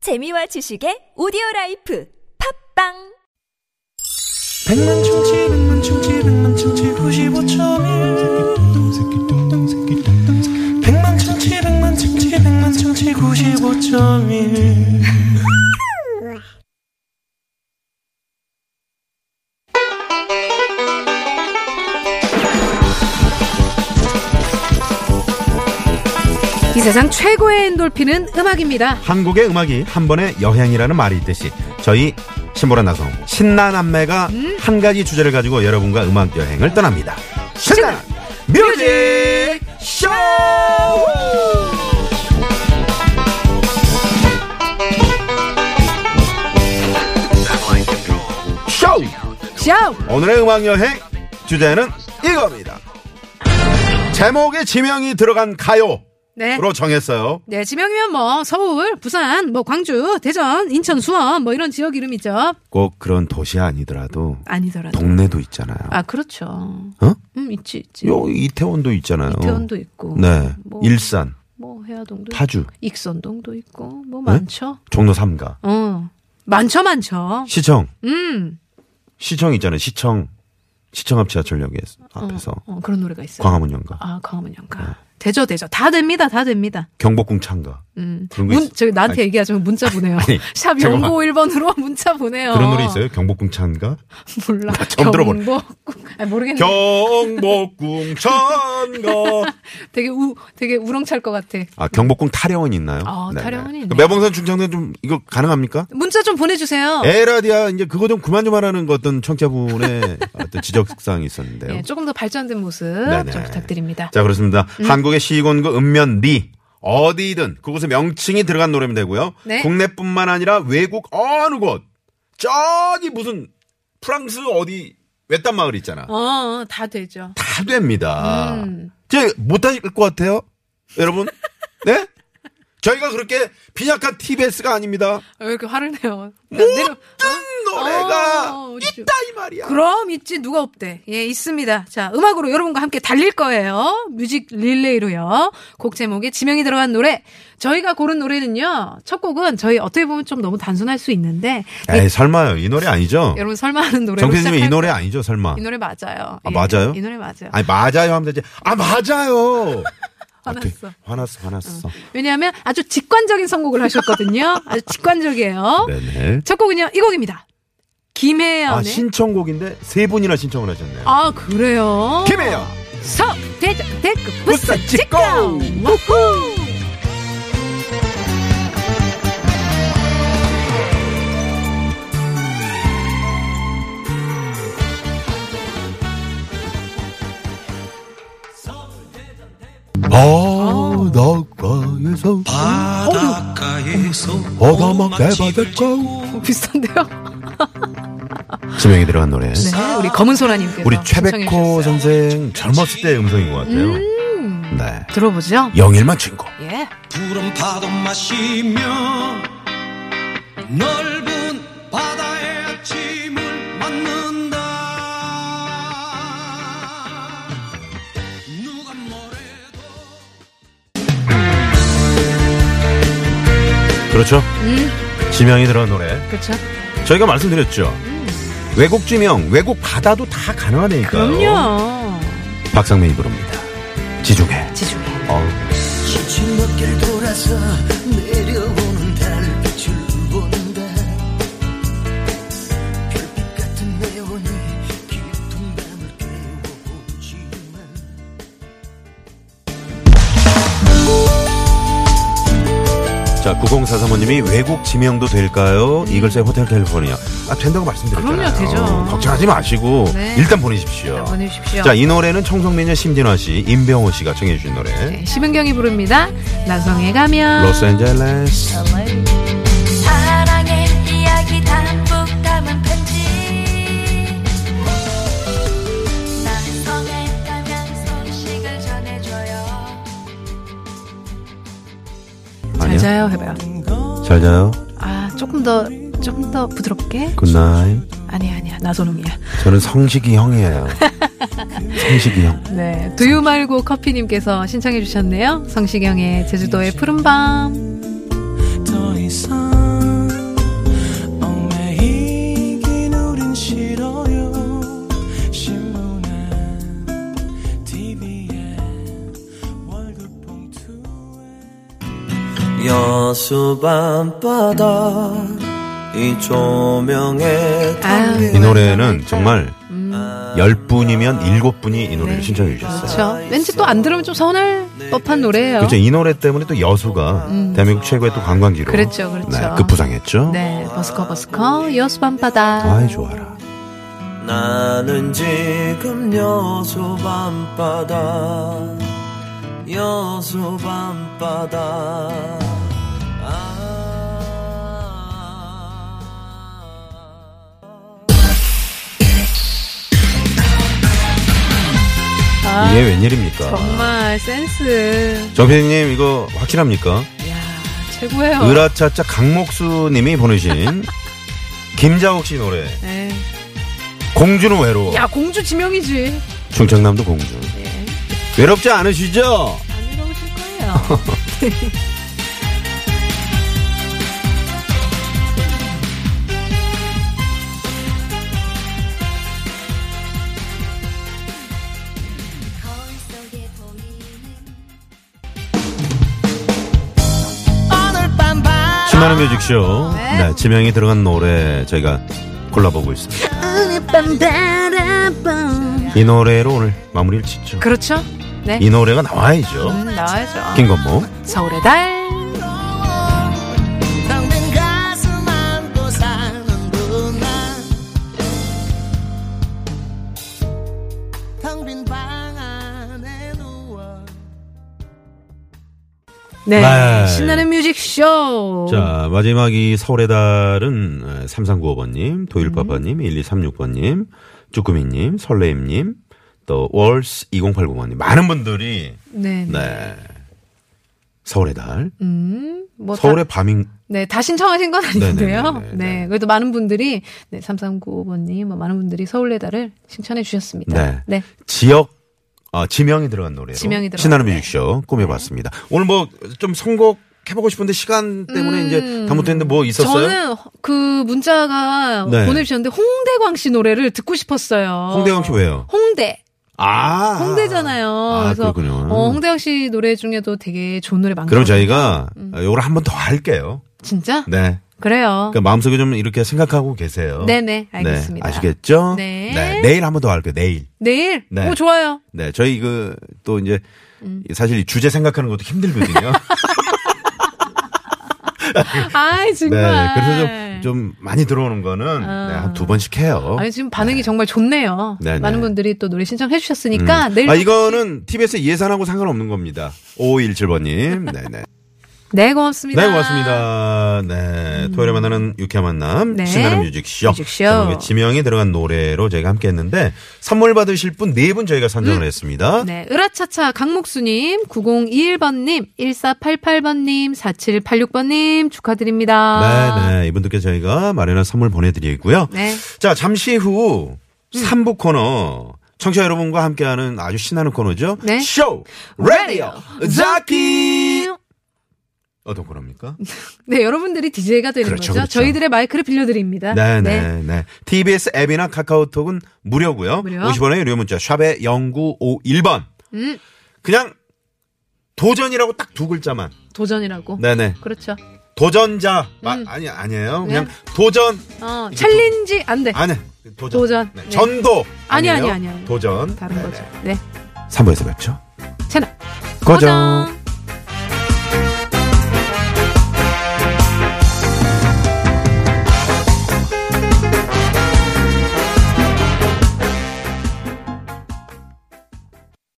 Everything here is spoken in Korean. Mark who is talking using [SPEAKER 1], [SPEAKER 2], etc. [SPEAKER 1] 재미와 지식의 오디오 라이프 팝빵
[SPEAKER 2] 백만 충치 백만 충치 백만 충치 95.1 백만 충치 백만 충치 백만 충치 95.1
[SPEAKER 3] 이 세상 최고의 엔돌핀은 음악입니다.
[SPEAKER 4] 한국의 음악이 한 번의 여행이라는 말이 있듯이 저희 신보라 나성 신나남매가 한 가지 주제를 가지고 여러분과 음악 여행을 떠납니다. 신나는 뮤직 쇼! 쇼!
[SPEAKER 3] 샤우!
[SPEAKER 4] 오늘의 음악 여행 주제는 이겁니다. 제목에 지명이 들어간 가요로
[SPEAKER 3] 네.
[SPEAKER 4] 정했어요.
[SPEAKER 3] 네, 지명이면 뭐 서울, 부산, 뭐 광주, 대전, 인천, 수원 뭐 이런 지역 이름이죠.
[SPEAKER 4] 꼭 그런 도시 아니더라도
[SPEAKER 3] 아니더라도.
[SPEAKER 4] 동네도 있잖아요.
[SPEAKER 3] 아, 그렇죠.
[SPEAKER 4] 어?
[SPEAKER 3] 음, 있지, 있지.
[SPEAKER 4] 요 이태원도 있잖아요.
[SPEAKER 3] 이태원도 있고.
[SPEAKER 4] 네.
[SPEAKER 3] 뭐,
[SPEAKER 4] 일산,
[SPEAKER 3] 뭐 해화동도
[SPEAKER 4] 파주, 네?
[SPEAKER 3] 있고, 익선동도 있고 뭐 많죠.
[SPEAKER 4] 종로 3가,
[SPEAKER 3] 어. 많죠, 많죠.
[SPEAKER 4] 시청,
[SPEAKER 3] 음.
[SPEAKER 4] 시청 있잖아요. 시청, 시청 앞 지하철역에 앞에서
[SPEAKER 3] 어, 그런 노래가 있어요.
[SPEAKER 4] 광화문 연가, 네.
[SPEAKER 3] 아, 광화문 연가. 되죠, 되죠. 다 됩니다, 다 됩니다.
[SPEAKER 4] 경복궁 창가
[SPEAKER 3] 음.
[SPEAKER 4] 그런 거
[SPEAKER 3] 문,
[SPEAKER 4] 있-
[SPEAKER 3] 저기 나한테 얘기하자면 문자 보내요.
[SPEAKER 4] 아니,
[SPEAKER 3] 샵
[SPEAKER 4] 잠깐만.
[SPEAKER 3] 0951번으로 문자 보내요.
[SPEAKER 4] 그런 노래 있어요. 경복궁 창가,
[SPEAKER 3] 몰라.
[SPEAKER 4] 처음 들어보네.
[SPEAKER 3] 경복궁. 아, 모르겠네.
[SPEAKER 4] 경복궁 창가.
[SPEAKER 3] 되게 우, 되게 우렁찰 것 같아.
[SPEAKER 4] 아 경복궁 타령원 있나요?
[SPEAKER 3] 아, 타령원이 있네요.
[SPEAKER 4] 그 매봉산 중창단 좀 이거 가능합니까?
[SPEAKER 3] 문자 좀 보내주세요.
[SPEAKER 4] 예. 에라디아 이제 그거 좀 그만 좀 하라는 거 어떤 청자분의 어떤 지적사항이 있었는데요.
[SPEAKER 3] 예, 조금 더 발전된 모습
[SPEAKER 4] 네네.
[SPEAKER 3] 좀 부탁드립니다.
[SPEAKER 4] 자, 그렇습니다.
[SPEAKER 3] 음.
[SPEAKER 4] 한국의 시군구 읍면 리 어디든 그곳에 명칭이 들어간 노래면 되고요.
[SPEAKER 3] 네.
[SPEAKER 4] 국내뿐만 아니라 외국 어느 곳 저기 무슨 프랑스 어디 외딴 마을 있잖아.
[SPEAKER 3] 어, 다 되죠.
[SPEAKER 4] 다 됩니다.
[SPEAKER 3] 음.
[SPEAKER 4] 제 못하실 것 같아요, 여러분. 네? 저희가 그렇게 빈약한 TBS가 아닙니다.
[SPEAKER 3] 왜 어, 이렇게 화를
[SPEAKER 4] 뭐?
[SPEAKER 3] 내요?
[SPEAKER 4] 모든
[SPEAKER 3] 내려-
[SPEAKER 4] 노래가
[SPEAKER 3] 어, 우리
[SPEAKER 4] 있다 이 말이야.
[SPEAKER 3] 그럼 있지 누가 없대. 예, 있습니다. 자, 음악으로 여러분과 함께 달릴 거예요. 뮤직 릴레이로요. 곡 제목에 지명이 들어간 노래. 저희가 고른 노래는요. 첫 곡은 저희 어떻게 보면 좀 너무 단순할 수 있는데
[SPEAKER 4] 에이 설마요, 이 노래 아니죠?
[SPEAKER 3] 여러분 설마 하는 노래로
[SPEAKER 4] 정태님이 이
[SPEAKER 3] 시작할-
[SPEAKER 4] 노래 아니죠, 설마?
[SPEAKER 3] 이 노래 맞아요. 예,
[SPEAKER 4] 아, 맞아요?
[SPEAKER 3] 이 노래 맞아요.
[SPEAKER 4] 아니 맞아요 하면 되지. 아 맞아요.
[SPEAKER 3] 화났어.
[SPEAKER 4] 아, 되- 화났어, 화났어.
[SPEAKER 3] 왜냐하면 아주 직관적인 선곡을 하셨거든요. 아주 직관적이에요.
[SPEAKER 4] 네네.
[SPEAKER 3] 첫 곡은요, 이 곡입니다. 김혜연의.
[SPEAKER 4] 아
[SPEAKER 3] 아,
[SPEAKER 4] 신청곡인데 세 분이나 신청을
[SPEAKER 3] 어.
[SPEAKER 4] 하셨네요.
[SPEAKER 3] 그래요.
[SPEAKER 4] 김혜영.
[SPEAKER 3] 서, 대전, 대구, 부산,
[SPEAKER 4] 부산
[SPEAKER 3] 직고
[SPEAKER 4] 직구!
[SPEAKER 3] 우후!
[SPEAKER 4] 바다가에서
[SPEAKER 2] 바닷가에서
[SPEAKER 4] 어가막 대바닷가
[SPEAKER 3] 어, 비슷한데요?
[SPEAKER 4] 지명이 들어간 노래.
[SPEAKER 3] 네, 우리 검은소라님께서.
[SPEAKER 4] 우리
[SPEAKER 3] 신청해주셨어요.
[SPEAKER 4] 최백호 선생 젊었을 때의 음성인 것 같아요. 네.
[SPEAKER 3] 들어보죠.
[SPEAKER 4] 영일만 친구.
[SPEAKER 3] 예.
[SPEAKER 2] 푸른 파도 마시며 넓은 바다의 아침을 맞는다 누가 뭐래도
[SPEAKER 4] 그렇죠.
[SPEAKER 3] 음.
[SPEAKER 4] 지명이 들어간 노래.
[SPEAKER 3] 그렇죠.
[SPEAKER 4] 저희가 말씀드렸죠.
[SPEAKER 3] 음.
[SPEAKER 4] 외국 지명, 외국 바다도 다 가능하다니까요.
[SPEAKER 3] 그럼요.
[SPEAKER 4] 박상민 입으로입니다. 지중해.
[SPEAKER 3] 지중해.
[SPEAKER 4] 어우.
[SPEAKER 5] 지친 어깨를 돌아서 내려오는 달빛을 본다 별빛 같은 내원이 깊은 밤을 깨워보지만
[SPEAKER 4] 자, 9043호님이 외국 지명도 될까요? 이글스의 호텔 캘리포니아. 아, 된다고 말씀드렸잖아요.
[SPEAKER 3] 그럼요, 되죠.
[SPEAKER 4] 걱정하지 마시고
[SPEAKER 3] 네.
[SPEAKER 4] 일단 보내십시오.
[SPEAKER 3] 보내주십시오.
[SPEAKER 4] 자, 이 노래는 청성민의 심진화 씨, 임병호 씨가 청해 주신 노래.
[SPEAKER 3] 네, 심은경이 부릅니다. 나성에 가면.
[SPEAKER 4] 로스앤젤레스.
[SPEAKER 6] 사랑의 이야기 담뿍 담은 편지 나성에 가면 소식을 전해줘요
[SPEAKER 3] 잘
[SPEAKER 4] 아니요.
[SPEAKER 3] 자요 해봐요.
[SPEAKER 4] 잘 자요.
[SPEAKER 3] 아 조금 더 조금 더 부드럽게.
[SPEAKER 4] 굿나잇.
[SPEAKER 3] 아니야 아니야 나선홍이야.
[SPEAKER 4] 저는 성식이 형이에요. 성식이 형.
[SPEAKER 3] 네 두유 말고 커피님께서 신청해 주셨네요. 성시경의 제주도의 푸른 밤.
[SPEAKER 2] 더 이상
[SPEAKER 7] 호수 밤바다 이 조명에
[SPEAKER 3] 아유,
[SPEAKER 4] 이 노래는 정말 열 분이면 일곱 분이 이 노래를 신청해 주셨어요.
[SPEAKER 3] 네. 그렇죠. 왠지 또 안 들으면 좀 서운할 법한 노래예요.
[SPEAKER 4] 그렇죠. 이 노래 때문에 또 여수가 대한민국 최고의 또 관광지로
[SPEAKER 3] 음. 그랬죠, 그렇죠.
[SPEAKER 4] 네, 급부상했죠.
[SPEAKER 3] 네, 버스커 버스커 여수 밤바다.
[SPEAKER 4] 아이 좋아라.
[SPEAKER 7] 나는 지금 여수 밤바다 여수 밤바다 아.
[SPEAKER 4] 이게 웬일입니까?
[SPEAKER 3] 아, 정말 센스.
[SPEAKER 4] 정필님 이거 확실합니까?
[SPEAKER 3] 야 최고예요.
[SPEAKER 4] 으라차차 강목수님이 보내신 김자옥 씨 노래
[SPEAKER 3] 네.
[SPEAKER 4] 공주는 외로워.
[SPEAKER 3] 야 공주 지명이지.
[SPEAKER 4] 충청남도 공주.
[SPEAKER 3] 예.
[SPEAKER 4] 외롭지 않으시죠?
[SPEAKER 3] 안 이러실 거예요.
[SPEAKER 6] 거울 속에 보이는
[SPEAKER 3] 아.
[SPEAKER 4] 신나는 뮤직쇼. 네, 지명이 들어간 노래 저희가 골라보고 있습니다. 이 노래로 오늘 마무리를 짓죠.
[SPEAKER 3] 그렇죠. 네.
[SPEAKER 4] 이 노래가 나와야죠.
[SPEAKER 3] 음, 나와야죠.
[SPEAKER 4] 김건모.
[SPEAKER 3] 서울의 달.
[SPEAKER 5] 당신 가슴 안고 사는구나 당신 방 안에 누워
[SPEAKER 3] 네.
[SPEAKER 4] 네.
[SPEAKER 3] 신나는 뮤직쇼.
[SPEAKER 4] 자, 마지막 이 서울의 달은 3395번님,
[SPEAKER 3] 음.
[SPEAKER 4] 도일빠빠님, 1236번님, 쭈꾸미님, 설레임님, 또 월스 2089번님. 많은 분들이,
[SPEAKER 3] 네.
[SPEAKER 4] 네. 서울의 달.
[SPEAKER 3] 음, 뭐
[SPEAKER 4] 서울의 밤인,
[SPEAKER 3] 네, 다 신청하신 건 아닌데요.
[SPEAKER 4] 네네네네.
[SPEAKER 3] 네, 그래도 많은 분들이, 네, 3395번님, 뭐 많은 분들이 서울의 달을 신청해 주셨습니다.
[SPEAKER 4] 네. 지역 아, 지명이 들어간 노래로
[SPEAKER 3] 지명이 들어간
[SPEAKER 4] 신나는
[SPEAKER 3] 노래. 네.
[SPEAKER 4] 뮤직쇼 꾸며봤습니다. 오늘 뭐 좀 선곡 해보고 싶은데 시간 때문에 이제 다 못했는데 뭐 있었어요?
[SPEAKER 3] 음. 저는 그 문자가
[SPEAKER 4] 네.
[SPEAKER 3] 보내주셨는데, 홍대광 씨 노래를 듣고 싶었어요.
[SPEAKER 4] 홍대광 씨 왜요?
[SPEAKER 3] 홍대.
[SPEAKER 4] 아
[SPEAKER 3] 홍대잖아요.
[SPEAKER 4] 아,
[SPEAKER 3] 그래서
[SPEAKER 4] 그렇군요.
[SPEAKER 3] 어, 홍대광 씨 노래 중에도 되게 좋은 노래 많거든요.
[SPEAKER 4] 그럼 저희가 요걸 한 번 더 할게요.
[SPEAKER 3] 진짜?
[SPEAKER 4] 네.
[SPEAKER 3] 그래요.
[SPEAKER 4] 그러니까 마음속에 좀 이렇게 생각하고 계세요.
[SPEAKER 3] 네네, 알겠습니다.
[SPEAKER 4] 네, 아시겠죠?
[SPEAKER 3] 네.
[SPEAKER 4] 내일 한 번 더 할게요. 내일.
[SPEAKER 3] 내일?
[SPEAKER 4] 네.
[SPEAKER 3] 오, 좋아요.
[SPEAKER 4] 네. 저희 그 또 이제
[SPEAKER 3] 음.
[SPEAKER 4] 사실 이 주제 생각하는 것도 힘들거든요.
[SPEAKER 3] 아이,
[SPEAKER 4] 네.
[SPEAKER 3] 정말.
[SPEAKER 4] 그래서 좀, 좀 많이 들어오는 거는
[SPEAKER 3] 아.
[SPEAKER 4] 네, 한 두 번씩 해요.
[SPEAKER 3] 아니 지금 반응이 정말 좋네요.
[SPEAKER 4] 네. 네네.
[SPEAKER 3] 많은 분들이 또 노래 신청해 주셨으니까
[SPEAKER 4] 음.
[SPEAKER 3] 내일
[SPEAKER 4] 아 이거는 TBS 예산하고 상관없는 겁니다. 5517번님. 네네.
[SPEAKER 3] 네 고맙습니다. 음.
[SPEAKER 4] 네 고맙습니다. 네 토요일에 만나는 유쾌한 만남
[SPEAKER 3] 네.
[SPEAKER 4] 신나는 뮤직쇼.
[SPEAKER 3] 뮤직쇼.
[SPEAKER 4] 제목에 지명이 들어간 노래로 저희가 함께했는데 선물 받으실 분 네 분 저희가 선정을 했습니다.
[SPEAKER 3] 네, 으라차차 강목수님, 9021번님, 1488번님, 4786번님 축하드립니다.
[SPEAKER 4] 네네 이분들께 저희가 마련한 선물 보내드리고요.
[SPEAKER 3] 네. 음.
[SPEAKER 4] 자 잠시 후 3부 코너. 청취자 여러분과 함께하는 아주 신나는 코너죠.
[SPEAKER 3] 네.
[SPEAKER 4] 쇼! 라디오! 자키!
[SPEAKER 3] 음.
[SPEAKER 4] 어떤 코너입니까?
[SPEAKER 3] 네, 여러분들이 DJ가 되는 거죠.
[SPEAKER 4] 그렇죠, 그렇죠.
[SPEAKER 3] 저희들의 마이크를 빌려드립니다.
[SPEAKER 4] 네네네. TBS 앱이나 카카오톡은 무료고요.
[SPEAKER 3] 무료.
[SPEAKER 4] 50원의 유료 문자 샵의 0951번.
[SPEAKER 3] 음.
[SPEAKER 4] 그냥 도전이라고 딱 두 글자만.
[SPEAKER 3] 도전이라고.
[SPEAKER 4] 네네.
[SPEAKER 3] 그렇죠.
[SPEAKER 4] 도전자. 마-
[SPEAKER 3] 음.
[SPEAKER 4] 아니 아니에요.
[SPEAKER 3] 네.
[SPEAKER 4] 그냥 도전.
[SPEAKER 3] 어, 챌린지 안 돼.
[SPEAKER 4] 아니 도전.
[SPEAKER 3] 도전.
[SPEAKER 4] 네.
[SPEAKER 3] 네.
[SPEAKER 4] 전도.
[SPEAKER 3] 아니,
[SPEAKER 4] 아니에요. 네,
[SPEAKER 3] 아니, 아니, 아니.
[SPEAKER 4] 도전.
[SPEAKER 3] 다른
[SPEAKER 4] 네네.
[SPEAKER 3] 거죠. 네.
[SPEAKER 4] 3부에서 뵙죠.
[SPEAKER 3] 채널.
[SPEAKER 4] 고정.
[SPEAKER 3] 고정.